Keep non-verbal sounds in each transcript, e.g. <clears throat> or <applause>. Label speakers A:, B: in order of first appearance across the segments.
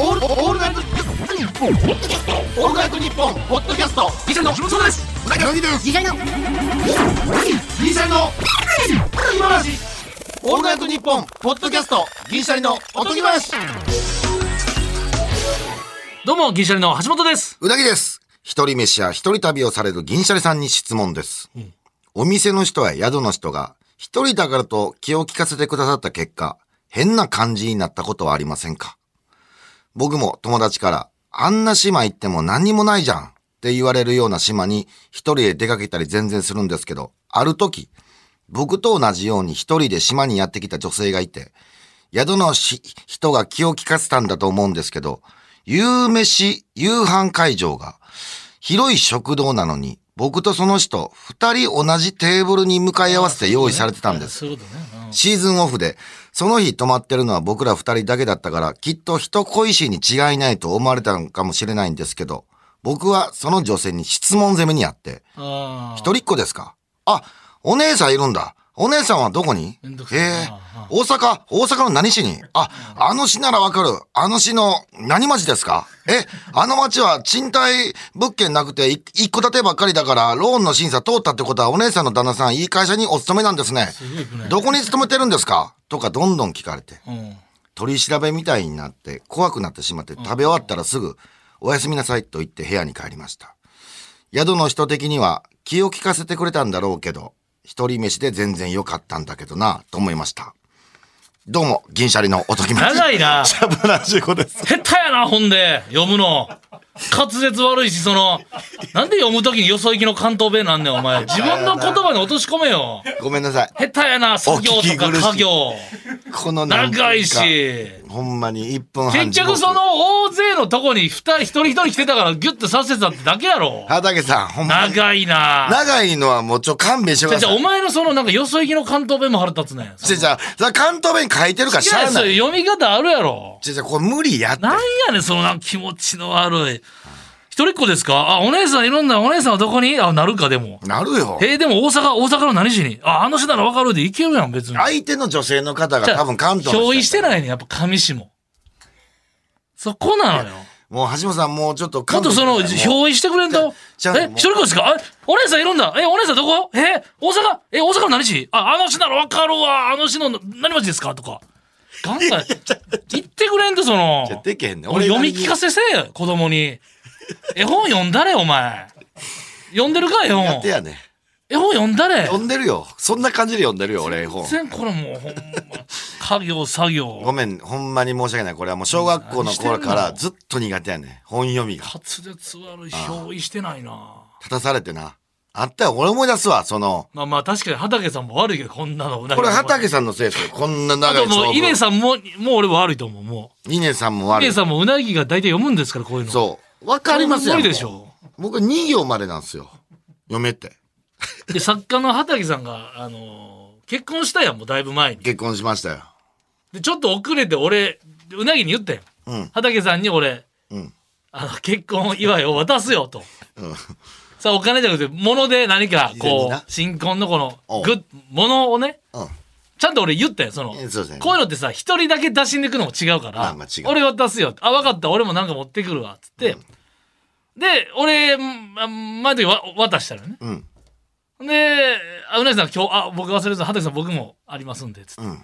A: オールオールナイトニッポンオールナイトニッポンポッドキャストギシャリの木本そうですうなぎの
B: 次回の
A: ギシャリの今話オールナイトニッポンポッドキャストギシャリのおとぎ話
C: どうも、銀シャリの橋本です。
D: うなぎです。一人飯や一人旅をされる銀シャリさんに質問です。お店の人や宿の人が一人だからと気を利かせてくださった結果、変な感じになったことはありませんか僕も友達から、あんな島行っても何にもないじゃんって言われるような島に一人で出かけたり全然するんですけど、ある時、僕と同じように一人で島にやってきた女性がいて、宿のし人が気を利かせたんだと思うんですけど、夕飯、夕飯会場が広い食堂なのに、僕とその人、二人同じテーブルに向かい合わせて用意されてたんです。
C: そういうことね。うん
D: シーズンオフで、その日泊まってるのは僕ら二人だけだったから、きっと人恋しいに違いないと思われたのかもしれないんですけど、僕はその女性に質問攻めにあって、
C: あー
D: 一人っ子ですかあ、お姉さんいるんだ。お姉さんはどこに
C: めんどく
D: え
C: さい
D: え
C: な
D: 大阪大阪の何市にあ、あの市ならわかる。あの市の何町ですかえ、あの町は賃貸物件なくてい一戸建てばっかりだから、ローンの審査通ったってことはお姉さんの旦那さんいい会社にお勤めなんですね。
C: すごい行くね。
D: どこに勤めてるんですかとかどんどん聞かれて。
C: うん。
D: 取り調べみたいになって怖くなってしまって食べ終わったらすぐ「おやすみなさい」と言って部屋に帰りました宿の人的には気を利かせてくれたんだろうけど一人飯で全然良かったんだけどなと思いましたどうも銀シャリのおとぎま
C: 長いな。
D: シャープ75です
C: 下手やな、ほんで、読むの。滑舌悪いし、その、なんで読むときによそ行きの関東弁なんねん、お前。自分の言葉に落とし込めよ。
D: ごめんなさい
C: 下手やな、作業
D: お聞き
C: と
D: 苦
C: か
D: しい
C: 家業。
D: このなんてうか
C: 長いし。
D: ほんまに1分半
C: 結局その大勢のとこに二人一人一人来てたからギュッとさせたってだけやろ。
D: 畑さんほんまに
C: 長いな。
D: 長いのはもうちょ勘弁してく
C: じゃ
D: だ
C: じゃ
D: さ
C: お
D: い
C: 前のそのなんかよそ行きの関東弁も腹立つねん。
D: じゃじゃそれ関東弁書いてるからし
C: い
D: ゃ
C: や
D: あ
C: そ
D: な
C: う
D: い
C: 読み方あるやろ。
D: じゃじゃこれ無理やって
C: なんやねん、そのなんか気持ちの悪い。一人っ子ですかあ、お姉さんいろんな、お姉さんはどこにあ、なるかでも。
D: なるよ
C: えーでも大阪、大阪の何市にあ、あの市ならわかるでいけるやん、別に。
D: 相手の女性の方が多分関東の人
C: 憑依してないねんやっぱ上市も。そこなのよ。
D: もう橋本さんもうちょっと
C: もっとその、
D: 表
C: 憑依してくれんと。
D: ちゃう
C: え、一人っ子ですかあお姉さんいるんだえ、お姉さんどこえ、大阪え、大阪の何市あ、あの市ならわかるわ。あの市の何町ですかとか。ガンガン、言ってくれんと、その。
D: でけへんねん
C: 俺読み聞か
D: せ
C: せせえよ子供に絵本読んだれお前読んでるか絵
D: や
C: 本
D: ってやね
C: 絵本読んだれ
D: 読んでるよそんな感じで読んでるよ俺絵本
C: 全然これもうほんま家業作
D: ご <laughs>
C: 業
D: めんほんまに申し訳ないこれはもう小学校の頃か
C: 何してん
D: ら
C: の
D: ずっと苦手やねん本読みが
C: 滑舌悪い憑依してないな
D: 立たされてなあったよ俺思い出すわその
C: まあまあ確かに畑さんも悪いけどこんなの
D: これ
C: さん
D: 畑さんのせいですよこんな
C: あ
D: 長
C: と
D: い
C: もう
D: 長
C: 稲
D: 文
C: さんももう俺悪いと思うも
D: 稲さんも
C: う
D: 悪
C: 稲
D: い
C: さんもうなぎが大体読むんですからこういうのう
D: そうわかりますよ
C: 無理でしょ
D: 僕2行までなんですよ読めって
C: で作家の畑さんがあのー結婚したやんもうだいぶ前に
D: 結婚しましたよ
C: でちょっと遅れて俺うなぎに言ったよ、
D: うん
C: 畑さんに俺
D: うん
C: あの結婚祝いを渡すよと。
D: うん
C: さあお金じゃなくて物で何か
D: 事前に
C: こ
D: な
C: う新婚のこ
D: お
C: の
D: う
C: グッ物をね
D: うん
C: ちゃんと俺言ったよそのこうい
D: えそうですね
C: うのってさ一人だけ出しに行くのも違うか
D: まあ
C: ら
D: まあ違う
C: 俺渡すよあ分かった俺もなんか持ってくるわっつってで俺ま前の時わ渡したのね
D: うん
C: であうなぎさん今日あ僕忘れてた畑さん僕もありますんでつって
D: うん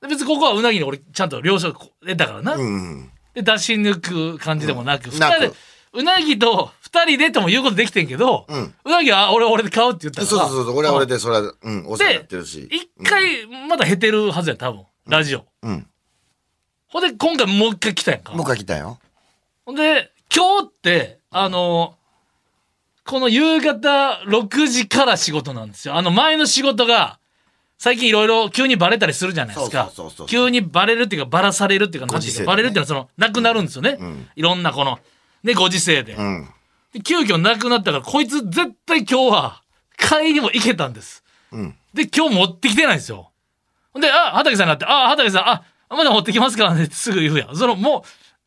C: で別にここはうなぎに俺ちゃんと了承得たからな
D: うん
C: で出し抜く感じでもなく、
D: うん
C: 二人
D: な
C: で
D: く
C: うなぎと二人でとも言うことできてんけど、う
D: うん
C: なぎはあ俺は俺で買うって言った
D: そう
C: から
D: そうそう、俺は俺
C: うん
D: で、それは、うん、お世話になってるし。
C: 一回まだ減ってるはずや多分ラジオ、
D: うん。
C: ほんで今回もう一回来たやんか
D: もう一回来たよ。
C: ほんで今日ってあのこの夕方6時から仕事なんですよあの前の仕事が最近いろいろ急にバレたりするじゃないですか
D: そうそうそうそう
C: 急にバレるっていうかバラされるっていうかなんてい
D: ご時
C: う
D: 世で
C: か
D: ね
C: バレるっていうのはそのなくなるんですよね、
D: ん
C: いろんなこのねご時世で、
D: うん。
C: で急遽なくなったからこいつ絶対今日は買いにも行けたんです
D: うん。
C: で今日持ってきてないんですよほんであ畑さんになってあ畑さんあまだ持ってきますからねってすぐ言うやんそのもう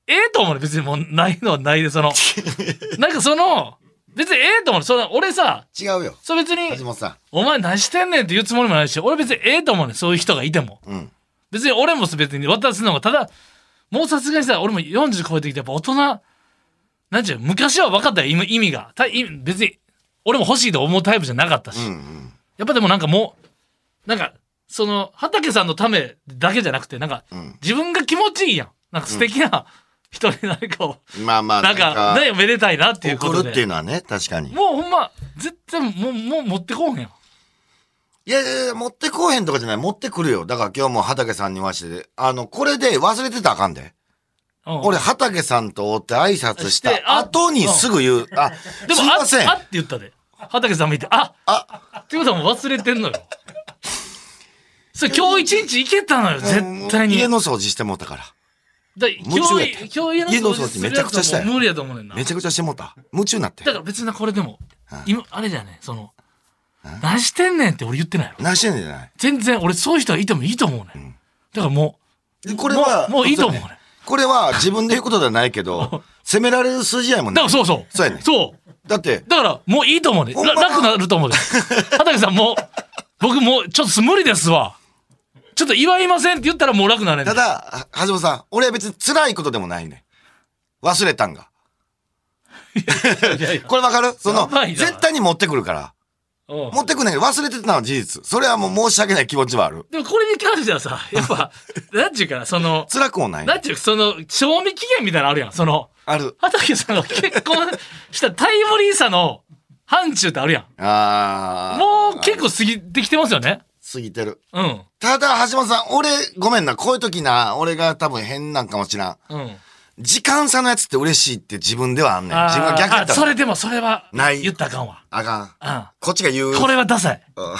C: ええと思うね別にもうないのはないでそのなんかその別にええと思うねその俺さ
D: 違うよ。
C: それ
D: 橋
C: 別に
D: 本さ
C: お前何してんねんって言うつもりもないし俺別にええと思うねそういう人がいても
D: ん。うん。
C: 別に俺も別に渡すのがただもうさすがにさ、俺も40超えてきて、やっぱ大人、なんちゅう、昔は分かったよ、意味意味が。た意味別に、俺も欲しいと思うタイプじゃなかったし。
D: うんうん。
C: やっぱでもなんかもう、なんか、その、畑さんのためだけじゃなくて、なんか、
D: ん
C: 自分が気持ちいいやん。なんか素敵な人に誰かを、
D: まあまあ、
C: なんか、ね、めでたいなっていうこ
D: 送
C: と
D: る
C: で。
D: っていうのはね、確かに。
C: もうほんま、絶対もう、もう持ってこうへんやん。
D: いやいやいや、持ってこうへんとかじゃない、持ってくるよ。だから今日も畑さんに言わして、あの、これで忘れてたらあかんで。
C: うん
D: 俺、畑さんとおって挨拶し
C: して
D: た
C: あ
D: 後にすぐ言う。あ、
C: です
D: い
C: も、あ
D: ません
C: あ。って言ったで。畑さん見て、あ
D: あ
C: ってことはもう忘れてんのよ。それ今日一日行けたのよ、絶対に。
D: 家の掃除してもうたから。
C: だ今
D: 夢中や
C: 日
D: っ、
C: 今日家の掃除
D: 家の掃除めちゃくちゃしたよ
C: するやつはもう無理やと思うねんな。
D: めちゃくちゃしてもうた。夢中になって
C: だ。から別になこれでも
D: ん、
C: 今、あれじゃね、その、何してんねんって俺言ってないやろ。
D: 何してんねんじゃない
C: 全然俺そういう人はいてもいいと思うねん。だからもう、
D: これは
C: もうもういいと思うねん。だ
D: これは自分で言うことではないけ
C: <laughs>
D: ど、責められる筋合いも
C: か
D: ない
C: ら。そうそう。
D: そうやねん
C: そう。
D: だって、
C: だからもういいと思うねん。
D: ほんま
C: ら楽になると思うで。畑さんもう、僕もうちょっと無理ですわ。ちょっと祝いませんって言ったらもう楽になれんね
D: た
C: ん。
D: だ、は橋本さん、俺は別に辛いことでもないねん。忘れたんが。
C: いやいや
D: <laughs> これわかるそ
C: や
D: の、
C: ばいな
D: 絶対に持ってくるから。
C: うん
D: 持ってくんねんけど忘れてたのは事実。それはもう申し訳ない気持ちはある。
C: でもこれに関してはさ、やっ
D: <laughs>
C: ぱ、なんちゅうかな、その、
D: 辛くもないねん。
C: なんちゅうか、その、賞味期限みたいなのあるやん。その、
D: ある。
C: 畑さんが結婚したタイムリーさの範疇ってあるやん。
D: あー。
C: もう結構過ぎてきてますよね。
D: 過ぎてる。
C: うん。
D: ただ、橋本さん、俺、ごめんな。こういう時な、俺が多分変なんかもしらん。
C: うん。
D: 時間差のやつって嬉しいって自分ではあんねん。
C: あー
D: 自分が逆やった
C: あそれ
D: ら。
C: でも、それは、
D: ない
C: 言ったらあかんわ。
D: あかん。
C: う
D: こっちが言う。
C: ん。これはダサい。
D: うん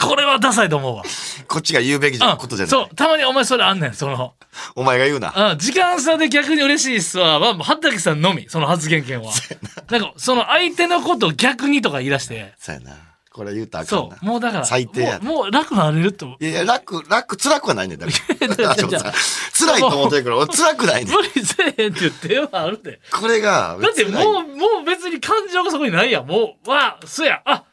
C: これはダサいと思うわ。
D: こっちが言うべきじゃことじ
C: う
D: ゃな
C: ん。そ。。
D: いう
C: たまにお前それあんねん。その、
D: お前が言うな。
C: うん。時間差で逆に嬉しいっすわ。は、畑さんのみ。その発言
D: <laughs>
C: 権は。なんか、その相手のことを逆にとか言い出して。
D: そうやな。これ言うたらあかん
C: そ
D: な。
C: う。もうだから、
D: 最低や
C: もうもう楽なれると思う。
D: いやいや、楽、楽、辛くはないねんだから。
C: <laughs> いやいやい
D: 橋本
C: や
D: さん辛いと思ってるから、俺辛くないねん
C: 無理せえへんっていう手はあるで。
D: これが、
C: だって
D: 辛い
C: もう、もう別に感情がそこにないやん。もう、わあ、そや、あ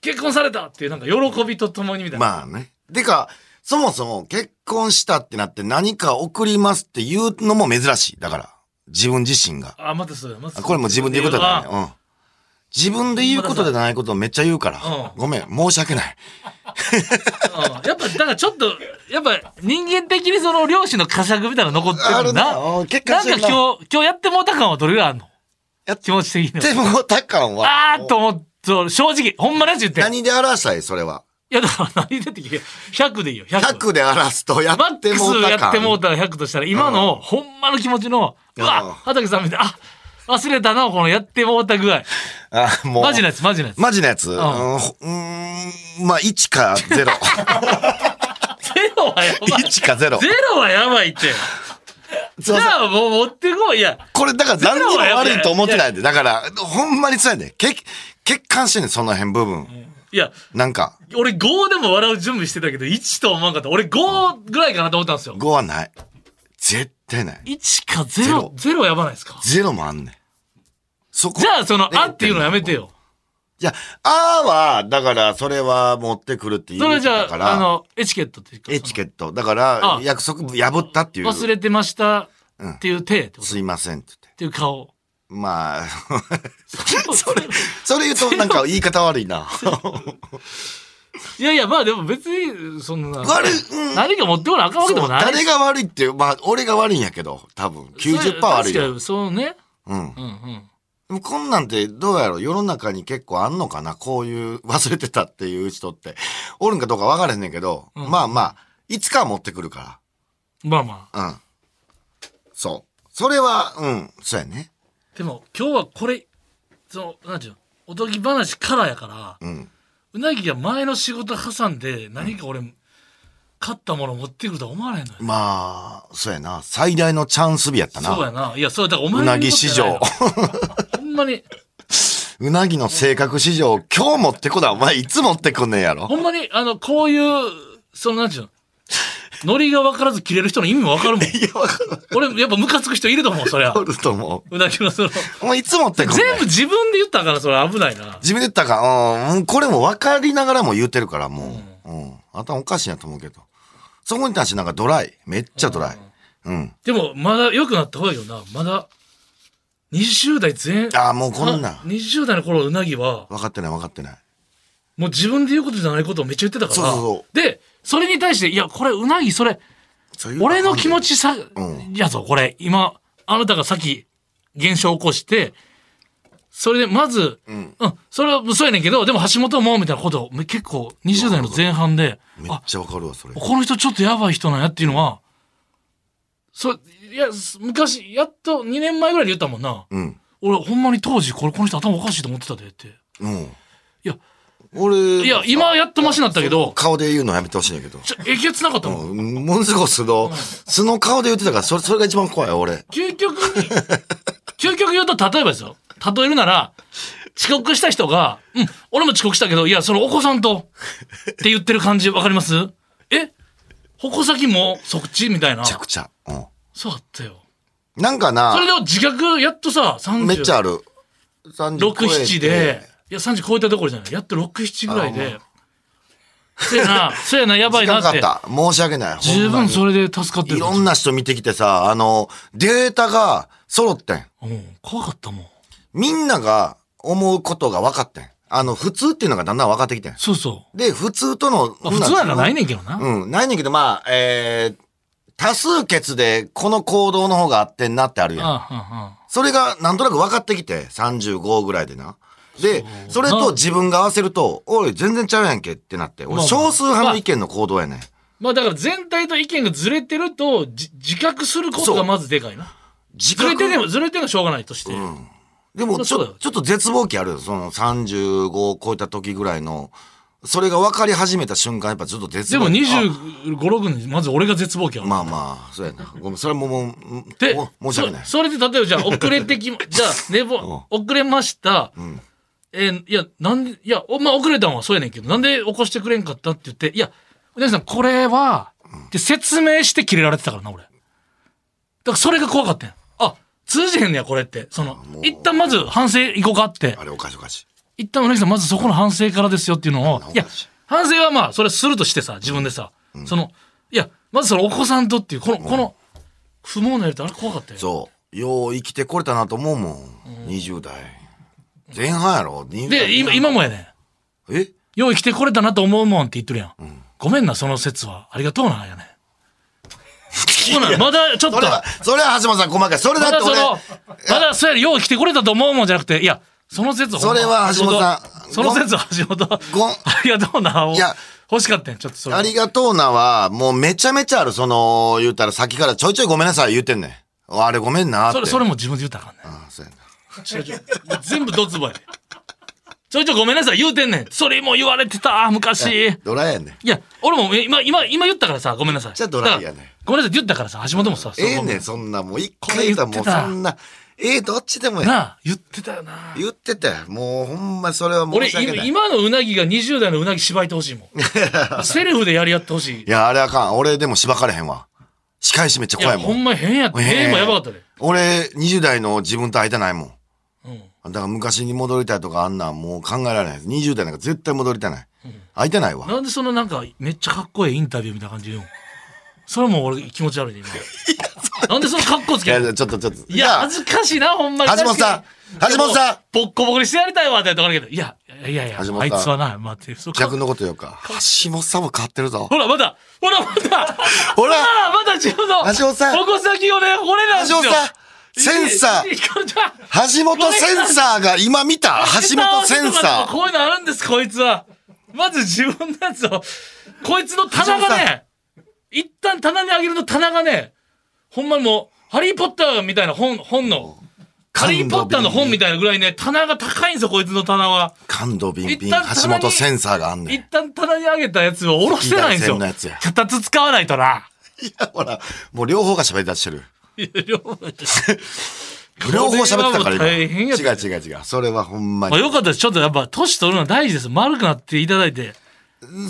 C: 結婚されたっていうなんか喜びとともにみたいな。
D: まあね。てか、そもそも結婚したってなって何か送りますって言うのも珍しい。だから、自分自身が。
C: あ、またそれ、またそ
D: あ
C: れ
D: これもう自分で言うことだね。うん。自分で言うことでないことをめっちゃ言うから
C: う。ん
D: ごめん、申し訳ない。
C: うんやっぱ、だからちょっと、やっぱ人間的にその両親の呵責みたいなの残って
D: あ
C: る
D: る
C: ん
D: な。
C: だ。
D: うん結
C: な
D: 果
C: んか今日、今日やってもうた感はどれぐらいあんの
D: やっ
C: 気持ち的には。
D: でも、たかんは。
C: あーっと思って、そう正直、ほんまのやつ言って。い
D: 何で表したいそれは。
C: や、だから何出てきて、100でいいよ、100。
D: 100で表すとや
C: マッ
D: って
C: ク
D: もう
C: ス
D: た
C: や
D: か。
C: ってもうんたら100としたら、今の、ほんまの気持ちの、う
D: うん
C: わ、畑さん見て、あ、忘れたな、このやってもうた具合。
D: あ、もう。
C: マジなやつ、マジなやつ。
D: マジなやつ。うん、うんんまあ、1か0。
C: <laughs> ゼロはやばい。
D: 1か0
C: ゼ。ロはやばいって。
D: す
C: じ
D: いません
C: ゃあもう持ってこい。いや、
D: これだから何にも悪いと思ってないんで。だから、ほんまに辛いんで。欠、欠陥してんねん、その辺部分。
C: いや、
D: なんか、
C: 俺5でも笑う準備してたけど、1とは思わんかった。俺5ぐらいかなと思ったんですよ。
D: 5はない。絶対ない。
C: 1か0、0やばないですか。
D: 0もあんねん。そこ。
C: じゃあその、あっていうのやめてよ。
D: いや、あーは、だから、それは持ってくるって
C: そ
D: 言
C: れ
D: う
C: じゃ
D: だか
C: あ、あ
D: ら、
C: の、エチケットっていうか。
D: エチケ
C: ッ
D: ット。だから
C: あ、
D: 約束破ったっていう。
C: 忘れてましたっていう手ってことっ
D: すいませんって言って。
C: ていう顔。
D: まあ、 <laughs>
C: それ
D: それ言うとなんか言い方悪い
C: <laughs>
D: な。
C: いやいや、まあでも別に、そんな。
D: 悪い、うん。
C: 何か持ってこなあかんわけでもない。
D: そう誰が悪いっていう、まあ、俺が悪いんやけど、多分。90%悪い
C: 確か
D: よ。
C: にそうね。
D: うん。
C: うんうん。
D: でもこんなんてどうやろう世の中に結構あんのかなこういう忘れてたっていう人って。おるんかどうか分からへんねんけど、
C: うん
D: まあまあ、いつかは持ってくるか
C: まあまあ。
D: ら。うん。そう。それは、うん、そうやね。
C: でも今日はこれ、その、なんていうの、おとぎ話からやから、
D: うん。
C: うなぎが前の仕事挟んで、何か俺、買ったもの持ってくるとは思われへんのよ。
D: まあ、そうやな。最大のチャンス日やったな。
C: そうやな。いや、それだからお前
D: う
C: の
D: なぎ市場。
C: ほんまに、
D: うなぎの性格市場、今日持ってこだ。お前いつ持ってこんねんやろ。
C: ほんまに、あの、こういう、その、なんていうの、ノリが分からず切れる人の意味も分かる
D: <laughs>
C: もん。
D: いや、わかる
C: 俺、やっぱムカつく人いると思う、そりゃ
D: <laughs> お。ると思
C: うなぎのその、
D: う。お前いつ持ってこんねん。
C: 全部自分で言ったから、それ危ないな。
D: 自分で言ったか、うん、これも分かりながらも言うてるから、もう、うん、頭おかしいなと思うけど。そこに対してなんかドライ。めっちゃドライ。うん。
C: でも、まだ良くなった方がいいよな。まだ、20代前、
D: ああ、もうこんなん。
C: 20代の頃、うなぎは、
D: 分かってない分かってない。
C: もう自分で言うことじゃないことをめっちゃ言ってたから。
D: そうそうそ
C: で、それに対して、いや、これ、うなぎ、それ、
D: そういう
C: 俺の気持
D: ち。
C: ちさ、
D: うん
C: やぞ、これ、今、あなたがさっき、現象を起こして、それで、まず、
D: うん。
C: うん、それは嘘やねんけど、でも橋本も、みたいなことを、め結構、20代の前半で、
D: めっ
C: あ、
D: ちゃ分かるわ、それ。
C: この人ちょっとやばい人なんやっていうのは、そう、いや、す昔、やっと2年前ぐらいで言ったもんな。
D: うん。
C: 俺、ほんまに当時、これ、この人頭おかしいと思ってたでって。
D: うん。
C: いや、
D: 俺、
C: いや、今やっとマシになったけど、
D: 顔で言うのやめてほしいんだけど。
C: ちょ、えげつなかったもん。
D: うんものすごい素の、素の顔で言ってたから、それ、それが一番怖い、俺。
C: 究極に、 <laughs> 究極言うと、例えばですよ。例えるなら、遅刻した人が、うん、俺も遅刻したけど、いや、そのお子さんと、って言ってる感じ、わかりますえ矛先もそっちみたいな
D: めち。ゃくちゃ。うん。
C: そうあったよ。
D: なんか
C: それ
D: な、
C: でも自覚、やっとさ、30。
D: めっちゃある。
C: 6、
D: 六
C: 7で、いや、30超えたところじゃない。やっと6、7ぐらい
D: あ
C: で、そうや
D: <laughs>
C: な、そうやな、やばい
D: 時間
C: な
D: かか
C: って
D: っ。た。申し訳ない。
C: 十
D: ほんま
C: 分
D: に
C: それで助かってる。
D: いろんな人見てきてさ、あの、データが揃ってん。
C: うん、怖かったもん。
D: みんなが思うことが分かってん。あの、普通っていうのがだんだん分かってきてん。
C: そうそ
D: で、普通との、
C: う。まあ、普通なんかない
D: ね
C: ねんけどな。
D: うん、ないねんけど、まあ、えー、多数決でこの行動の方があってんなってあるやん。
C: ああ、ああ。
D: それがなんとなく分かってきて、35ぐらいでな。で、それと自分が合わせると、おい、全然ちゃうやんけってなって。
C: まあ
D: 俺、
C: まあ
D: 少数派の意見の行動やねん。
C: まあだから全体と意見がずれてるとじ自覚することがまずでかいな。
D: 自
C: ずれててもずれてもしょうがないとして。
D: でもち
C: そうだ
D: ょ
C: よ
D: ちょっと絶望期あるよその35を超えた時ぐらいのそれが分かり始めた瞬間やっぱちょっと絶
C: で
D: 望
C: も
D: 期
C: 25、6にまず俺が絶望期あ
D: あ
C: る。
D: まあまあそうやなごめんそれももううん
C: で
D: お申し訳ない
C: そそれで例えばじ
D: <laughs>
C: ゃあ遅れてきま、じゃあ寝坊、遅れました。
D: ん
C: えーいや、なんで、いや、おまあ遅れたんはそうやねんけど、なんで起こしてくれんかったって言って、いや、お姉さんこれは、って説明してキレられてたからな、俺。だからそれが怖かったんやあ、通じへんねや、これって。その
D: も、う
C: 一旦まず反省行こうかって
D: あ。れおかしいおかしい
C: 一旦、うなぎさん、まずそこの反省からですよっていうのを
D: なおかし、い
C: いや、反省はまあ、それするとしてさ、自分でさ、その、いや、まずそのお子さんとっていう、この、この、不毛なやりとあれ怖かったよ。
D: そうよう生きてこれたなと思うもん、20代前半やろ20代
C: で、今、今もやね
D: え
C: ん。よう生きてこれたなと思うもんって言ってるやん。ごめんな、その説は。ありがとうな、やねん。そうなんまだちょっと、
D: それは
C: ま
D: それは橋本さん細かいそれだって
C: だそ
D: 俺
C: の、まだそうやり、よう生きてこれたと思うもんじゃなくて、いや、その説
D: それは橋本さん
C: その説は橋本。
D: ごん
C: ありがとうな。
D: いや
C: 欲しかったんちょっとそれ。
D: ありがとうなは、もうめちゃめちゃある、その、言うたら、先からちょいちょいごめんなさい言うてんねん。あれごめんなって。
C: それ、それも自分で言ったらあかんねん。
D: ああ、そうやな。
C: 違う違う全部ドツボやでちょいちょいごめんなさい言うてんねんそれも言われてた昔い
D: ドラやねん。
C: や俺もえ今今今言ったからさごめんなさい
D: じゃあドライやね
C: だからごめんなさいって言ったからさ橋本もさ
D: ええねん、
C: そ
D: そんな、もう一回言うたらもう
C: これ言って
D: そ
C: た
D: んな。ええどっちでも
C: う
D: や。
C: なあ言ってたよな
D: 言ってたよ。もうほんまそれは申
C: 俺
D: し訳ない。
C: い
D: い
C: 今のうなぎが20代のうなぎしばいてほしいもんセルフでやり合ってほしいい
D: や、あれあかん。俺でもしばかれへんわ。仕返しめっちゃ怖い
C: やほ
D: もん。
C: んま変やって
D: 変
C: 変もやばかったで
D: 俺、20代の自分と会いたないもん。
C: うん
D: だから昔に戻りたいとかあんなんもう考えられない。20代なんか絶対戻りたない。会いたないわ。
C: なんでそのなんかめっちゃかっこいいインタビューみたいな感じで言うんそれも俺気持ち悪いね今なんでそのかっこつ
D: い
C: けんの
D: や、ちょっとちょっと。
C: いや、恥ずかしいな、ほんまに。
D: 橋本さん
C: 確かに
D: 橋本さん
C: でもボッコボコにしてやりたいわってとかあるけど、いや、いやいや
D: 橋
C: い
D: 本さん
C: や、あいつはな、待って、そうか
D: 逆のこと言おうか。橋本さんも変わってるぞ。
C: ほら、まだ、ほら、まだ、
D: ほら
C: ああ、まだ自分の、
D: 橋本さん
C: 矛先をね、俺なんです
D: 橋本
C: よ。
D: さんセンサー
C: ー
D: 橋本センサーが今見た橋本センサー
C: こういうのあるんです、こいつは。まず自分のやつを、こいつの棚が
D: 橋本さ
C: ね、一旦棚にあげるの棚がね、ほんまにもう、ハリーポッターみたいな本、本の、ハリーポッターの本みたいなぐらいね、棚が高いんですよ、こいつの棚は。
D: 感動ビンビン
C: 一旦棚に
D: 橋本センサーがあんねん。
C: 一旦棚に上げたやつを下ろしてないんです
D: 左線
C: よ。
D: のやつや
C: 脚立使わないとな。
D: いや、 <laughs> ほら、もう両方が喋り出してる。
C: <laughs> いや両方やって
D: 両方喋ってたから
C: これは
D: 今。
C: もう
D: 違
C: 大
D: う
C: 変やった
D: 違う違う。それはほんま
C: まあ、よ
D: に。
C: かったです。ちょっとやっぱ、年取るのは大事です。丸くなっていただいて。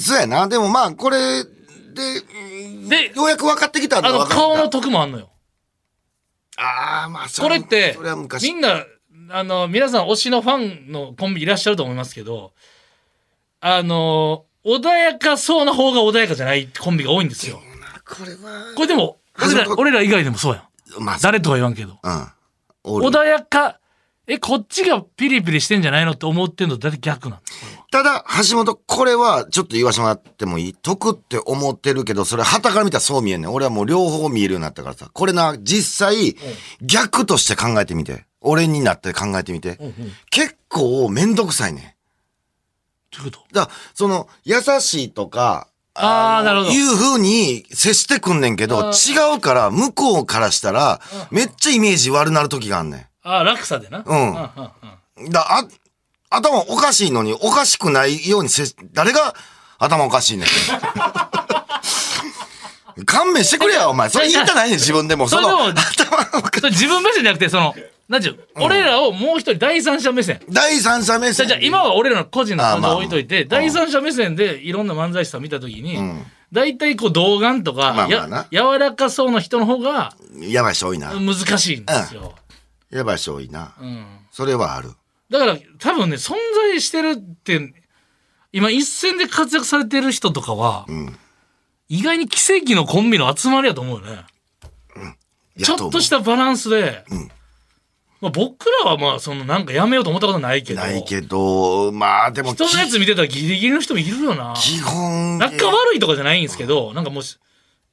D: そうやな。でもまあ、これで、
C: で
D: で、ようやく分かってきたんだ
C: あの、
D: 分かってきた
C: 顔の得もあんのよ。
D: ああ、まあ、そ
C: これって
D: それは、
C: み
D: 昔。
C: んな、あの、皆さん推しのファンのコンビいらっしゃると思いますけど、あの、穏やかそうな方が穏やかじゃないコンビが多いんですよ。
D: これは、
C: これでも、俺ら
D: 橋本
C: 俺ら以外でもそうやん。
D: まあ、
C: 誰とは言わんけど。
D: うん。おる
C: 穏やか、え、こっちがピリピリしてんじゃないのって思ってんのとだって逆なんです。
D: ただ、橋本、これはちょっと言わしてもらってもいい得って思ってるけど、それ、旗から見たらそう見えんねん。俺はもう両方見えるようになったからさ。これな、実際、逆として考えてみて。俺になって考えてみて。結構、めんどくさいねん。
C: ということ
D: だからその、優しいとか、
C: あー
D: の
C: なるほど
D: いう風に接してくんねんけど、
C: あ
D: 違うから、向こうからしたら、めっちゃイメージ悪なる時があんね
C: ああ、落差でな。
D: うん
C: うんうん
D: ん。だ、あ、頭おかしいのに、おかしくないように接し、誰が頭おかしいね
C: <laughs>
D: ん。勘弁してくれや、お前。それ言いたないねん、自分でも。
C: そ
D: そ
C: れでも
D: の、頭おか
C: それ自分目線じゃなくて、その、なんちゅう、俺らをもう一人第三者目線。
D: 第三者目
C: じゃ
D: 線。
C: あじゃあ今は俺らの個人の
D: あー
C: 感
D: まあ
C: 情置いといて、第三者目線でいろんな漫才師さん見たときに、
D: ん
C: 大体こう、童顔とか、
D: まあまあ
C: や
D: な
C: 柔らかそうな人の方が
D: やばい人多いな。
C: 難しいんですよ。
D: やばい人多いな。
C: うん
D: それはある。
C: だから多分ね存在してるって今一戦で活躍されてる人とかは、
D: ん
C: 意外に奇跡のコンビの集まりやと思うよね
D: や
C: ちょっとしたたバランスで、
D: ん
C: まあ、僕らはまあそのなんかやめようと思ったことないけど
D: ないけど、まあでも、
C: 人のやつ見てたらギリギリの人もいるよな
D: 基本
C: 仲悪いとかじゃないんですけど、なんかもうし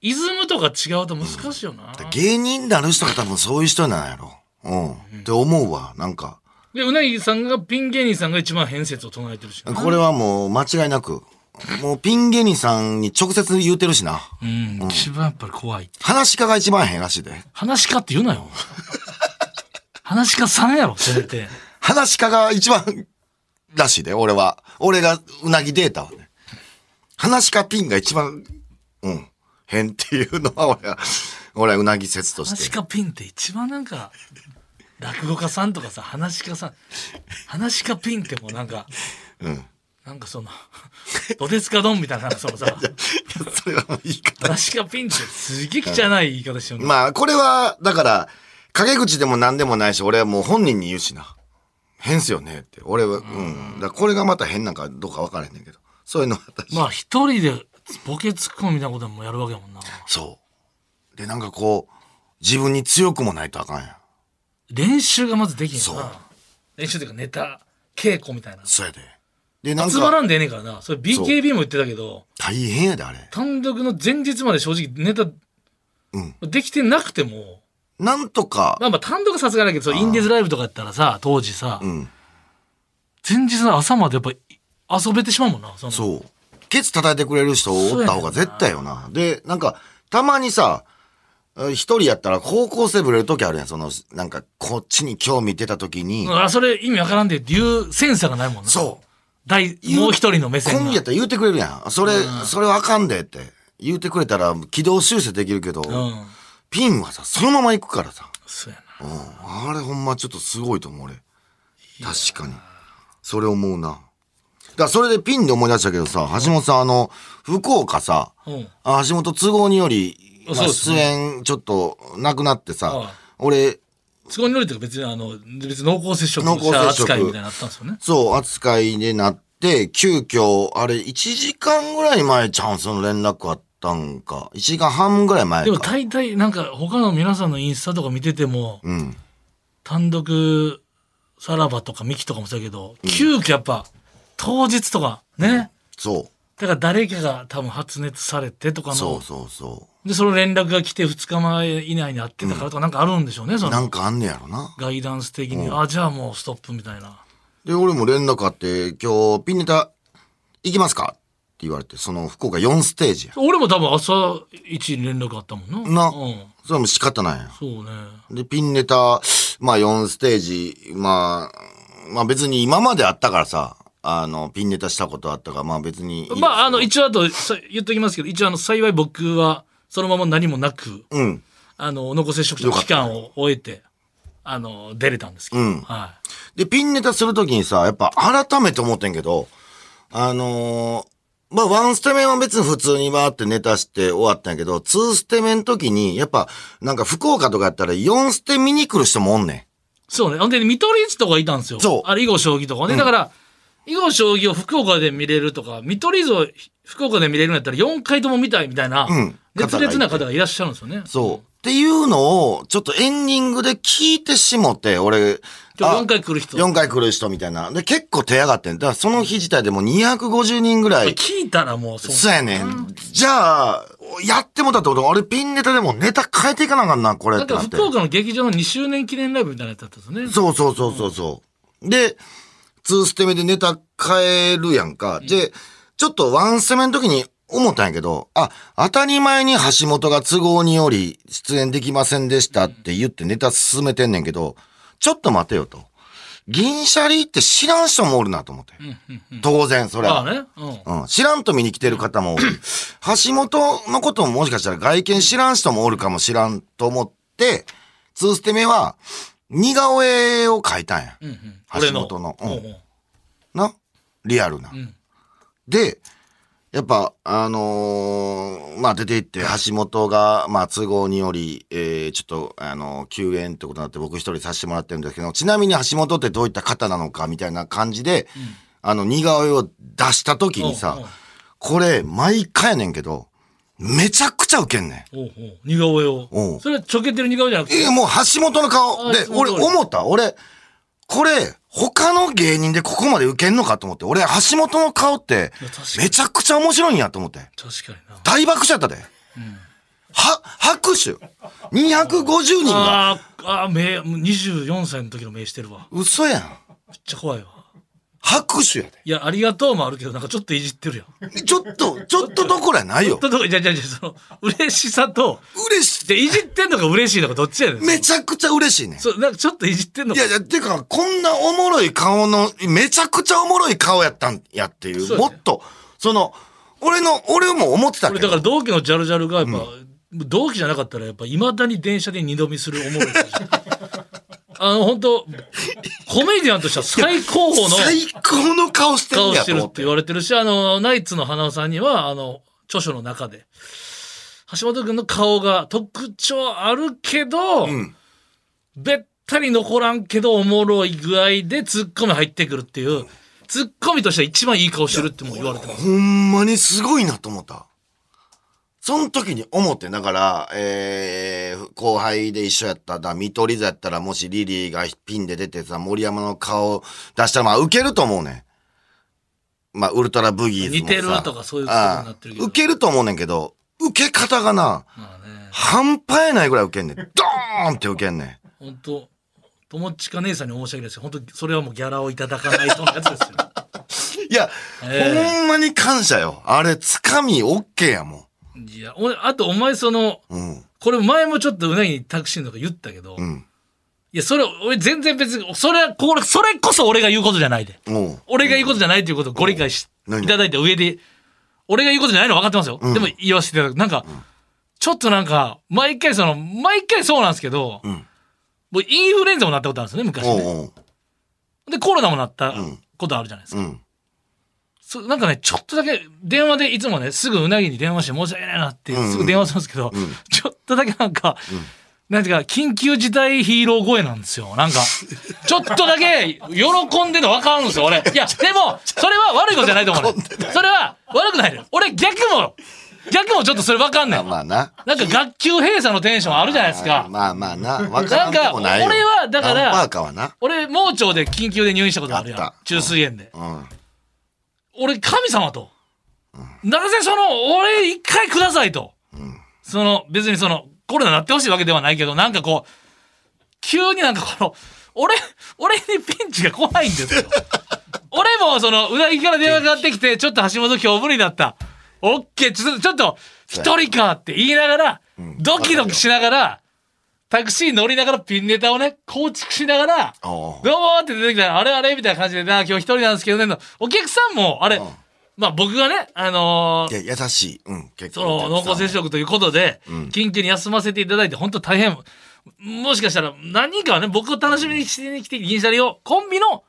C: イズムとか違うと難しいよな、
D: 芸人になる人が多分そういう人なんやろうん、って思うわなんか
C: でうなぎさんがピン芸人さんが一番変説を唱えてるしな
D: これはもう間違いなくもうピン芸人さんに直接言うてるしな
C: うん一番やっぱり怖い
D: 話し家が一番変らしいで
C: 話し家って言うなよ。話し家さんやろ、せめて。
D: 話し家が一番らしいで俺は俺がうなぎデータはね話し家ピンが一番うん変っていうのは俺は俺はうなぎ説と
C: 話
D: し
C: して家ピンって一番なんか、落語家さんとかさ、話し家さん、話し家ピンってもうなんか、
D: うん
C: なんかその、どですかどんみたいな、そのさ、
D: それはもう言い方
C: 話し家ピンってすげえ汚い言い方してるの。
D: まあ、これは、だから、陰口でも何でもないし、俺はもう本人に言うしな。変っすよねって。俺は、うん。だからこれがまた変なんかどうか分からへんねんけど。そういうのは私、
C: まあ一人でボケツッコミみたいなこともやるわけやもんな。
D: そう。で、なんかこう、自分に強くもないとあかんやん。
C: 練習がまずできへんよ
D: そう
C: な。練習というかネタ、稽古みたいな。
D: そうやで。で、なん
C: つまら
D: か、
C: んでええねんからな。それ BKB も言ってたけど、
D: 大変やで、あれ。
C: 単独の前日まで正直ネタ、
D: うん
C: できてなくても、
D: なんとか、
C: まあまあ単独はさすがだけど、そのインディーズライブとかやったらさ、当時さ、
D: うん。
C: 前日の朝までやっぱい遊べてしまうもんな。その
D: そう。ケツ叩いてくれる人おった方が絶対よな。で、なんか、たまにさ、え一人やったら高校生ぶれる時あるやん。その、なんか、こっちに興味出た時に、
C: あ、それ意味わからんでっていうセンサーがないもんな。
D: そう。
C: 第もう一人の目
D: コ
C: 線
D: ンビや
C: が
D: っ。たら言うてくれるやん。それ、それはあかんでって。言うてくれたら軌道修正できるけど、
C: うん。
D: ピンはさ、そのまま行くからさ。
C: そうや
D: うん。あれほんまちょっとすごいと思う、俺。確かに。それ思うな。だからそれでピンで思い出したけどさ、橋本さん、あの、福岡さ、
C: な。うん。
D: あ橋本都合により、まあ
C: そうです
D: 出
C: ね
D: 演ちょっとなくなって
C: はい
D: さ、俺、
C: そこに乗りというか別にあの、別に濃厚接触
D: 濃厚接触
C: 者扱いみたいになったんですよね。
D: そう、扱いになって、急遽、あれ、1時間ぐらい前ちゃうん、その連絡あったんか。1時間半ぐらい前か。
C: でも大体なんか他の皆さんのインスタとか見てても、
D: うん。
C: 単独さらばとかミキとかもそうやけど、急遽やっぱ当日とかね、
D: そ
C: だから誰かが多分発熱されてとか
D: う。
C: の
D: そうそうそ。
C: でその連絡が来て2日前以内に会ってたからとかなんかあるんでしょうね、そう
D: な
C: の
D: んかあんねやろな。
C: ガイダンス的に、あじゃあもうストップみたいな
D: で、俺も連絡あって、今日、ピンネタ、行きますかって言われて、その福岡4ステージや。
C: 俺も多分朝一に連絡あったもんな
D: な
C: うん、
D: それも仕方ないや。
C: そうね
D: で、ピンネタ、まあ4ステージ、まあ、まあ別に今まであったからさ、あの、ピンネタしたことあったから、まあ別にいいですよ
C: まああの、一応あとさ言っときますけど一応あの幸い僕はそのまま何もなく
D: うん。
C: あの濃厚接触者の期間を終えてあの出れたんですけど、
D: うん
C: は
D: で、ピンネタするときにさ、やっぱ改めて思ってんけど、あのーまあ、ワンステ目は別に普通にバーってネタして終わったんやけど、ツーステ目の時に、やっぱ、なんか福岡とかやったら4ステ見に来る人もおんね
C: いそうねほんで見取り図とかいたんですよ
D: そう
C: あれ囲碁将棋とかね、だから囲碁将棋を福岡で見れるとか見取り図を福岡で見れるんやったら4回とも見たいみたいな、
D: ん
C: 熱烈な方がいらっしゃるんですよね。
D: そう。っていうのを、ちょっとエンディングで聞いてしもて、俺、
C: 今日
D: あ
C: 4回来る人。
D: 4回来る人みたいな。で、結構手上がってん。だからその日自体でもう250人ぐらい。
C: 聞いたらもう、そう。
D: そうやねん。じゃあ、やってもたってこと、あれピンネタでもネタ変えていかなあかんな、これ
C: な
D: っ
C: ん
D: て
C: か
D: なって
C: 福。岡の劇場の2周年記念ライブみたいなやつだったんですね。
D: そうそうそうそうそう。で、2ステ目でネタ変えるやんか。で、ちょっと1ステ目の時に思ったんやけど、あ、当たり前に橋本が都合により出演できませんでしたって言ってネタ進めてんねんけど、ちょっと待てよと。銀シャリって知らん人もおるなと思って。当然、それ
C: あ
D: は
C: あ。ね。うん。
D: うん、知らんと見に来てる方
C: <clears throat>
D: も多い、橋本のことももしかしたら外見知らん人もおるかもしらんと思って、2ステ目は、似顔絵を描いたんや。
C: うんうん
D: 橋本の
C: 俺
D: うん
C: うん
D: なリアルな。
C: ん
D: で、やっぱ、あのーまあ、出て行って、橋本が、まあ、都合により、えーちょっと、あのー休園ってことになって、僕一人させてもらってるんですけど、ちなみに橋本ってどういった方なのか、みたいな感じで、あの、似顔絵を出した時にさ、
C: おうおう
D: これ、毎回やねんけど、めちゃくちゃウケんねん。
C: おうおう似顔絵
D: お
C: を
D: う。
C: それはちょけてる似顔絵じゃなく
D: え
C: て。
D: もう橋本の顔。
C: あ
D: で、
C: その
D: 俺
C: 通り
D: 思った。俺、これ、他の芸人でここまで受けんのかと思って。俺、橋本の顔って
C: いや確か、に
D: めちゃくちゃ面白いんやと思って。
C: 確かにな。
D: 大爆笑やったで。は、拍手。250人が。
C: あーあー、目、24歳の時の目してるわ。
D: 嘘やん。
C: めっちゃ怖いわ。
D: 拍手や
C: いや、ありがとうもあるけど、なんかちょっといじってるやん。
D: で。ちょっと、ちょっとどころやないよ
C: ちょ。っと、じゃじゃじゃ、その、嬉しさと、
D: 嬉し
C: で、いじってんのか嬉しいのかどっちやねん。
D: めちゃくちゃ嬉しいねん。
C: そう、なんかちょっといじってんの
D: い
C: か。 <laughs>
D: やいや、てか、こんなおもろい顔の、めちゃくちゃおもろい顔やったんやっていう、
C: そうや
D: も
C: ね
D: っと、その、俺の、俺も思ってたけ
C: 俺、
D: ど
C: だか。ら同期のジャルジャルが、やっぱ、同期じゃなかったら、やっぱ、いまだに電車で二度見する
D: <laughs>
C: 思いですあの、本当コメディアンとしては最高峰の
D: 最高の顔してるん
C: 顔
D: や
C: して
D: と
C: る
D: 思っ
C: っ
D: てて
C: 言われてるし、あの、ナイツの花尾さんには、あの、著書の中で、橋本君の顔が特徴あるけど、
D: ん
C: べったり残らんけど、おもろい具合でツッコミ入ってくるっていう、ツッコミとしては一番いい顔してるってもう言われてます。
D: ほんまにすごいなと思ったその時に思ってだから、えー、後輩で一緒やっただ見取り図やったらもしリリーがピンで出てさ森山の顔出したらまあウケると思うねんまあウルトラブギーズもさ
C: 似てるとかそういうことになってるけど
D: ああウケると思うねんけど受け方がな
C: まあね、
D: 半端やないぐらい受けんねんドーンって受けんねん
C: 本当友近姉さんに申し訳ないですけど、本当それはもうギャラをいただかないとのやつですよ。
D: いや、
C: ええ
D: ほんまに感謝よあれつかみ OK やも
C: いや、俺、あとお前その、
D: んうん
C: これ前もちょっとうなぎにタクシーのとか言ったけど、
D: うん
C: いや、それ、俺全然別に、それは、これ、それこそ俺が言うことじゃないで。
D: うん
C: 俺が言うことじゃないということをご理解し、
D: 何
C: いただいた上で、俺が言うことじゃないの分かってますよ。でも言わせていただく。なんか、ちょっとなんか、毎回その、毎回そうなんですけど、
D: ん
C: もうインフルエンザもなったことあるんですよね、昔
D: お
C: ね。
D: うおう
C: で、コロナもなった
D: ん
C: ことあるじゃないですか。
D: うん
C: そなんかね、ちょっとだけ電話でいつもね、すぐうなぎに電話して申し訳ないなって、
D: うん
C: すぐ電話するんですけど、ちょっとだけなんか、なんていうか、緊急事態ヒーロー声なんですよ。な
D: <laughs>
C: んか、ちょっとだけ喜んでるの分かるんですよ、俺。いや、でも、それは悪いことじゃないと思うね。それは悪くないです。俺逆も、逆もちょっとそれ分かんない。
D: まあな。
C: なんか学級閉鎖のテンションあるじゃないですか。
D: まあまあ
C: <laughs>
D: な。わからんでもないよ。
C: なんか俺はだから
D: 何パーかはな。
C: 俺、盲腸で緊急で入院したことあるや
D: あっ
C: ん
D: た。
C: 中水炎で。
D: うん。
C: 俺神様と、なぜその俺一回くださいと、その別にそのコロナなってほしいわけではないけどなんかこう急になんかこの俺俺にピンチが来ないんですよ <laughs> 俺もそのうなぎから電話がかかってきてちょっと橋本今日無理だったオッケーちょっとちょっと一人かって言いながら、ドキドキしながらタクシー乗りながらピンネタをね構築しながら
D: おう
C: どうもって出てきたら、あれあれみたいな感じで、な、今日一人なんですけどね、のお客さんも、あれ、まあ僕がね、あの
D: い
C: ー
D: や、優しい。うん、結
C: そ
D: 構。
C: の濃厚接触ということで、緊急に休ませていただいて、本当大変、もしかしたら何人かはね、僕を楽しみにしに来て、銀シャリを、コンビの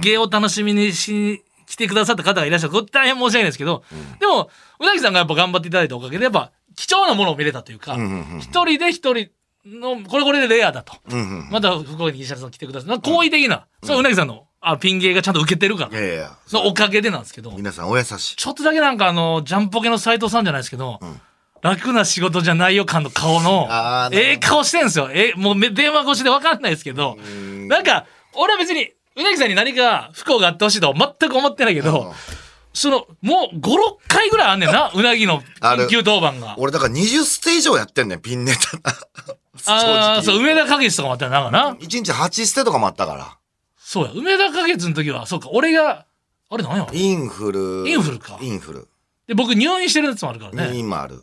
C: 芸を楽しみにしに来てくださった方がいらっしゃる。これ大変申し訳ないですけど、でも、うなぎさんがやっぱ頑張っていただいたおかげで、やっぱ貴重なものを見れたというか、
D: うんうんうん
C: 一人で一人の、これこれでレアだと。
D: うんうん。
C: また福岡に石原さん来てください。なんか好意的な、それはうなぎさんのあピン芸がちゃんと受けてるか
D: い
C: ら、
D: やいや、
C: そのおかげでなんですけど、
D: 皆さんお優しい。
C: ちょっとだけなんかあの、ジャンポケの斎藤さんじゃないですけど、楽な仕事じゃないよ感の顔の
D: あーなるほ、ど
C: ええ顔してんすよ。え、もうめ電話越しで分かんないですけど、なんか、俺は別に、うなぎさんに何か不幸があってほしいとは全く思ってないけど、その、もう5、6回ぐらいあんねんな、うなぎの
D: ある
C: 緊急当番が。
D: 俺だから20ステ以上やってんねん、ピンネタ。
C: <laughs> あ
D: 正
C: あ、そう、
D: 直
C: 梅田花月とかもあったよなんかな。
D: 1日8ステとかもあったから。
C: そうや、梅田花月の時は、そうか、俺が、あれなんや
D: インフル。
C: インフルか
D: インフル。
C: で、僕入院してるやつもあるからね。
D: 今ある。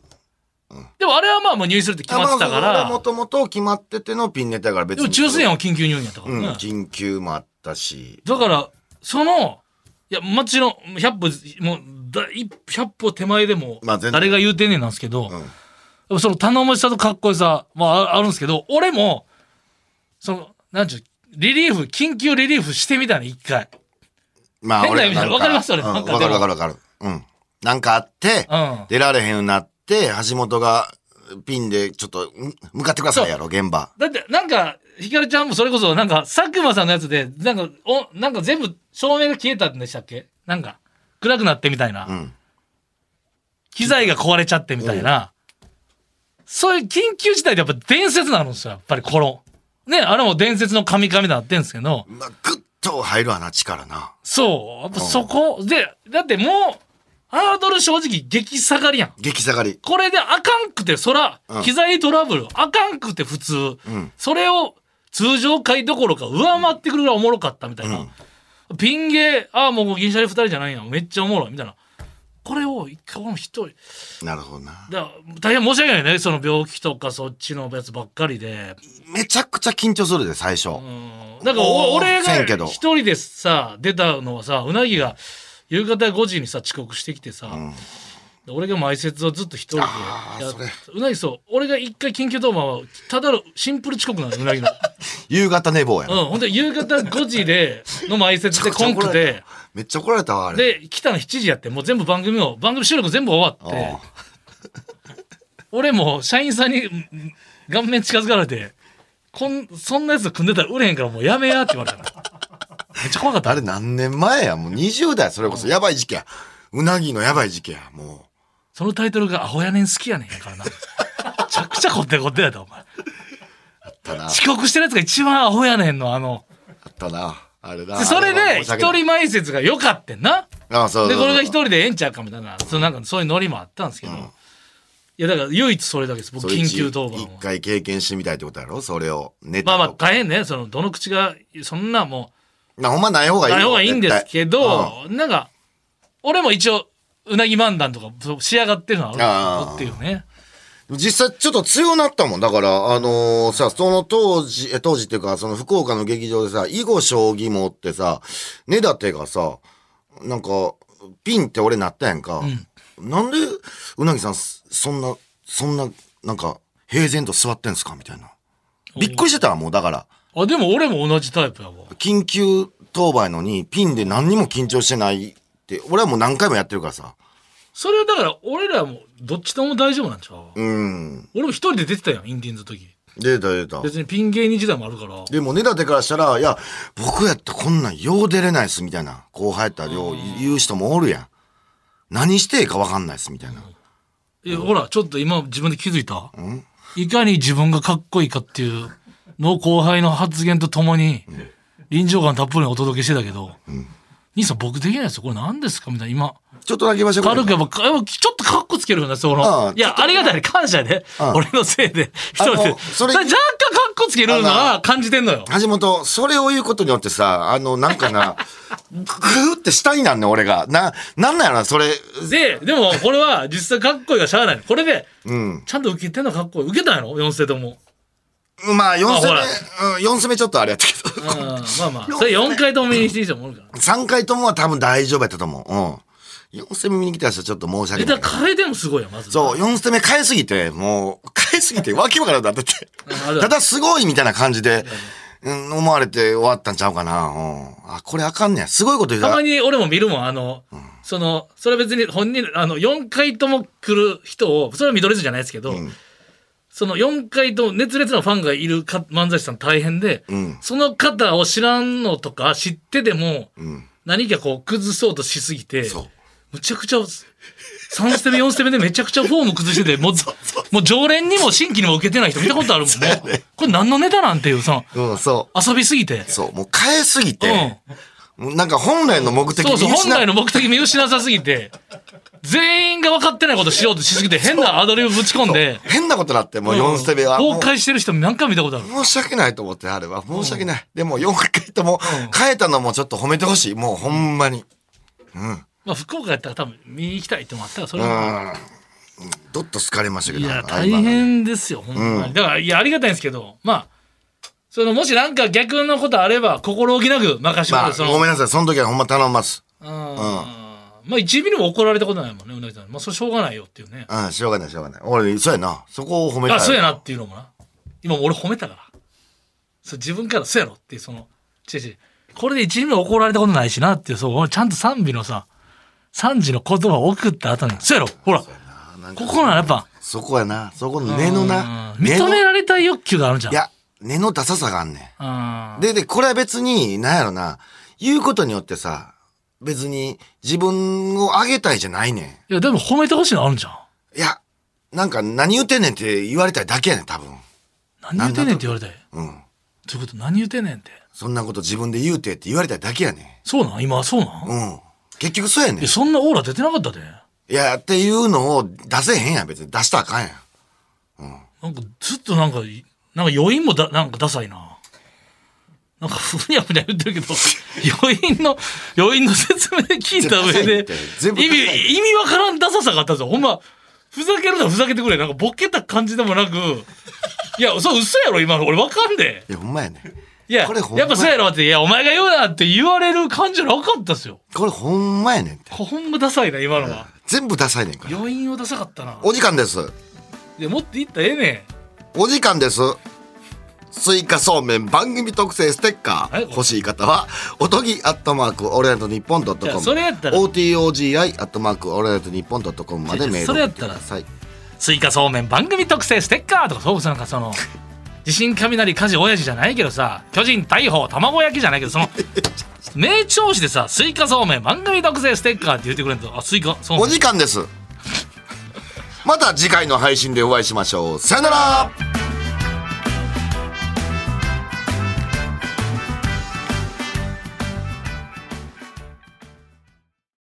C: でもあれはまあもう入院するって決まってたか
D: も
C: ら、
D: ともと決まっててのピンネタやから別
C: で
D: に。
C: も中水炎は緊急入院やったから
D: うん
C: ね。、
D: 緊急もあったし。
C: だから、その、いや、もちろん、100歩、もう、だい100歩手前でも
D: まあ全、然
C: 誰が言うてんねんなんですけど、
D: うん
C: やっぱその頼もしさとかっこよさ、まあ、ああるんですけど、俺も、その、なんちゅう、リリーフ、緊急リリーフしてみたね、一回。
D: まあ、
C: 変な
D: 俺
C: 意味だ
D: ん
C: わかりますよね
D: うん
C: な
D: わ
C: ん
D: か
C: かで
D: る
C: も
D: わかるわかる。うん。なんかあって
C: う、ん。
D: 出られへんようになって、橋本がピンでちょっと、ん向かってくださいやろ、現場。
C: だって、なんか、ひかるちゃんもそれこそ、なんか、佐久間さんのやつで、なんか、お、なんか全部、照明が消えたんでしたっけなんか、暗くなってみたいな。
D: うん。
C: 機材が壊れちゃってみたいな、そういう緊急事態ってやっぱ伝説なるんですよ、やっぱりこの。ね、あれも伝説の神々だってんですけど、
D: まあ、ぐっと入るわな、力な。
C: そう、やっぱそこ、で、だってもう、ハードル正直激下がりやん。
D: 激下がり。
C: これであかんくて、そら
D: うん、
C: 機材トラブル、あかんくて普通、
D: ん
C: それを通常回どころか上回ってくるぐらいおもろかったみたいな。ピン芸、ああ、もう銀シャリ二人じゃないやん、めっちゃおもろい、みたいな。これを一回俺も一人、
D: なるほどな。
C: だ大変申し訳ないねその病気とかそっちのやつばっかりで
D: めちゃくちゃ緊張するで、最初。
C: うんだか
D: お
C: ら
D: ー
C: お俺
D: せ
C: が
D: んけど
C: 一人でさ出たのはさうなぎが夕方5時にさ遅刻してきてさ、で俺が埋設をずっと一人でや
D: あーそれ
C: うなぎそう俺が一回緊急当番はただのシンプル遅刻なのう
D: <laughs>
C: なぎの、
D: 夕方寝坊や
C: うん、ほんで夕方5時での埋設でコンクで
D: めっちゃ怒られたわ、あれ。
C: で来たの7時やってもう全部番組を番組収録全部終わって
D: あ
C: 俺もう社員さんにうん顔面近づかれてこんそんなやつと組んでたら売れへんからもうやめやって言
D: <laughs>
C: われたからめっちゃ怖かった
D: あれ何年前やもう20代、それこそ。やばい時期や。うなぎのやばい時期や、も
C: そのタイトルが「アホやねん好きやねん」やからなめちゃくちゃこってこってやったお前
D: う。あったな。あっ
C: 遅刻してるやつが一番アホやねんのあの
D: たな。あれ
C: で
D: だ。
C: それで一
D: あは申し訳
C: 人前説が良かってんな
D: ないあそう
C: で
D: そうそう
C: これが一人でええんちゃうかみたいなそのなんかそういうノリもあったんですけど、いやだから唯一それだけです僕
D: それ
C: 緊急当番
D: 一
C: は
D: 一回経験してみたいってことやろそれを。ネタ
C: まあまあ
D: とか
C: 大変ねそのどの口がそんなもう
D: まあほんまない方がいいよ。
C: ない方がいいんですけ
D: 絶対。
C: ど、なんか、俺も一応、うなぎ漫談とかそう仕上がってるのはあるっていうね。
D: うん実際ちょっと強なったもん。だから、あのーさ、その当時、え当時っていうか、その福岡の劇場でさ、囲碁将棋もおってさ、根立がさ、なんか、ピンって俺なったやんか。なんで、うなぎさん、そそんな、そんな、なんか、平然と座ってんすかみたいな。びっくりしてたわもうだから。
C: あ、でも俺も同じタイプやわ。
D: 緊急当番やのに、ピンで何にも緊張してないって、俺はもう何回もやってるからさ。
C: それはだから、俺らもどっちとも大丈夫なんちゃう、
D: うん。
C: 俺も一人で出てたやん、インディーンズの時。
D: 出た出た。
C: 別にピン芸人時代もあるから。
D: でも根立てからしたら、いや、僕やったらこんなんよう出れないっすみたいな、後輩やったらよう言う人もおるやん。何していいかわかんないっすみたいな。
C: え、ほら、ちょっと今自分で気づいた、いかに自分がかっこいいかっていうのを後輩の発言とともに、臨場感たっぷりにお届けしてたけど、兄さん僕できないですよ。これ何ですかみたいな、今。
D: ちょっとだけ言わせてく
C: 軽
D: れ
C: くやっぱ、かやっぱちょっとカッコつけるような、そ
D: ああ
C: の、いや、ありがたいね、感謝で、
D: ああ
C: 俺のせいで、一人で。だ
D: あ
C: から
D: のそれ
C: 若干カッコつけるの
D: あ
C: は感じてんのよ。
D: 橋本、それを言うことによってさ、あの、なんかな、ぐーって下になんねん、俺が。な、なんなんやろな、それ。
C: で、でもこれは実際かっこいいがしゃあないの。これで、
D: うん。
C: ちゃんと受けてんのかっこいい。受けたんやろ ?4 世とも。
D: まあ、4
C: あ
D: 攻
C: ほら
D: め、うん、4攻めちょっとあれやったけ
C: うん
D: ど。
C: まあまあ。それ4回とも見にしていい人もおるから。
D: 3回ともは多分大丈夫やったと思う。うん。4攻め見に来た人ちょっと申し
C: え、
D: 訳な
C: だ
D: い。
C: から変えてもすごいよ、まず。
D: そう、4攻め変えすぎて、もう、変えすぎて、わけわからんなってて。
C: あるあ
D: た
C: る。
D: だすごいみたいな感じで、うん、思われて終わったんちゃうかな。うん、あ、これあかんねや。すごいこと言う
C: たま
D: た。
C: に俺も見るもん、あの、その、それは別に本人、あの、4回とも来る人を、それは見取り図じゃないですけど、
D: ん
C: その4回と熱烈なファンがいるか漫才師さん大変で、
D: うん。
C: その方を知らんのとか知ってでも、
D: うん。
C: 何かこう崩そうとしすぎて、
D: そう。
C: むちゃくちゃ、3ステ目、4ステ目でめちゃくちゃフォーム崩してて、もう、もう常連にも新規にも受けてない人見たことあるもん。もうこれ何のネタなんていう、その、
D: うん、そ
C: 遊びすぎて
D: う。。そう、もう変えすぎ
C: う
D: て、
C: ん。
D: もうなんか本来の目的
C: そうそう、
D: 見
C: 本
D: 失っ
C: 来の目的見失わさすぎて、全員が分かってないことしようとしすぎて、変なアドリブぶち込んで、
D: 変なことになって、もう4ステ目は。も
C: 崩
D: う
C: 壊してる人何回見たことある。
D: 申し訳ないと思って、あれは。申し訳ない。でも4回とも
C: うん
D: 変えたのもちょっと褒めてほしい。もうほんまに。
C: まあ、福岡やったら多分見に行きたいってもあったら、それ
D: う
C: は。
D: ん。どっと疲れましたけ
C: い
D: ど。
C: や、
D: あ
C: 大
D: れは
C: 変ですよ、ほんまに。だから、いや、ありがたいんですけど、まあ、その、もしなんか逆のことあれば、心置きなく任しても
D: ま
C: ら
D: あ、
C: う。そ
D: ご
C: の、
D: めんなさい。その時はほんま頼ます。
C: うんまあ、1ミリも怒られたことないもんね、うなぎさん。まあ、それしょうがないよっていうね。
D: うん、しょうがない、しょうがない。俺、そうやな。そこを褒めたい。
C: あ、そうやなっていうのもな。今も俺褒めたから。そう、自分からそうやろっていう、その、違う違う。これで1ミリも怒られたことないしなっていう、そう、俺ちゃんと賛美のさ、賛辞の言葉を送った後に、そうやろ、ほら、こ
D: あなんか
C: こならやっぱ、
D: そこやな。そこの根のな。
C: うん
D: 根の
C: 認められたい欲求があるじゃん。
D: いや、根のダサさがあんね
C: うん
D: ん。。で、で、これは別に、なんやろな。言うことによってさ、別に自分をあげたいじゃないね
C: いや、でも褒めてほしいのあるんじゃん。
D: ん。いや、なんか何言ってんねんって言われたいだけやねん、多分。
C: 何言ってんねんって言われて。
D: うん。
C: ということ、何言ってんねんって。
D: そんなこと自分で言うてって言われたいだけやね
C: そうなん今、そうなん
D: ん。
C: い
D: うん。結局そうやねん。
C: や、
D: い
C: そんなオーラ出てなかったで。
D: や、っていうのを出せへんやん、別に。出したらあかんやん。
C: なんか、ずっとなんか、いなんか余韻もだ、なんかダサいな。なんか、ふにゃふにゃ言ってるけど、
D: <laughs>
C: 余韻の、余韻の説明聞いた
D: 全、部ダ
C: 上で意
D: サいって全部ダサい
C: 味、意味わからんダサさがあったぞ。ほんま、ふざけるならふざけてくれ。なんか、ボケた感じでもなく、いや、そう、嘘やろ、今の。俺わかんで。
D: いや、ほんまやねん。
C: いや、
D: これほんま
C: やっぱそうやろって、いや、お前が言うなって言われる感じじゃなかったっすよ。
D: これほんまやねんって。
C: ほんまダサいな、今のは。
D: 全部ダサいねんから。
C: 余韻をダサかったな。
D: お時間です。
C: いや、もっと言ったらええね
D: お時間です。スイカそうめん番組特製ステッカ
C: はい
D: ー欲しい方はおとぎアットマークオールナイトニッポンドット
C: じゃ
D: コ
C: あ
D: ム
C: それやったら
D: OTOGI アットマークオールナイトニッポンドットコムまでメール
C: そ
D: を
C: れや
D: 送っ
C: ってた
D: く
C: ら
D: ださい
C: ん。スイカそうめん番組特製ステッカーとか、そうなんかその、地震雷火事親父じゃないけどさ、巨人大砲卵焼きじゃないけど、その、名調子でさ、スイカそうめん番組特製ステッカーって言ってくれると、あ、スイカそう
D: お
C: めん。
D: 時間ですまた次回の配信でお会いしましょうさよなら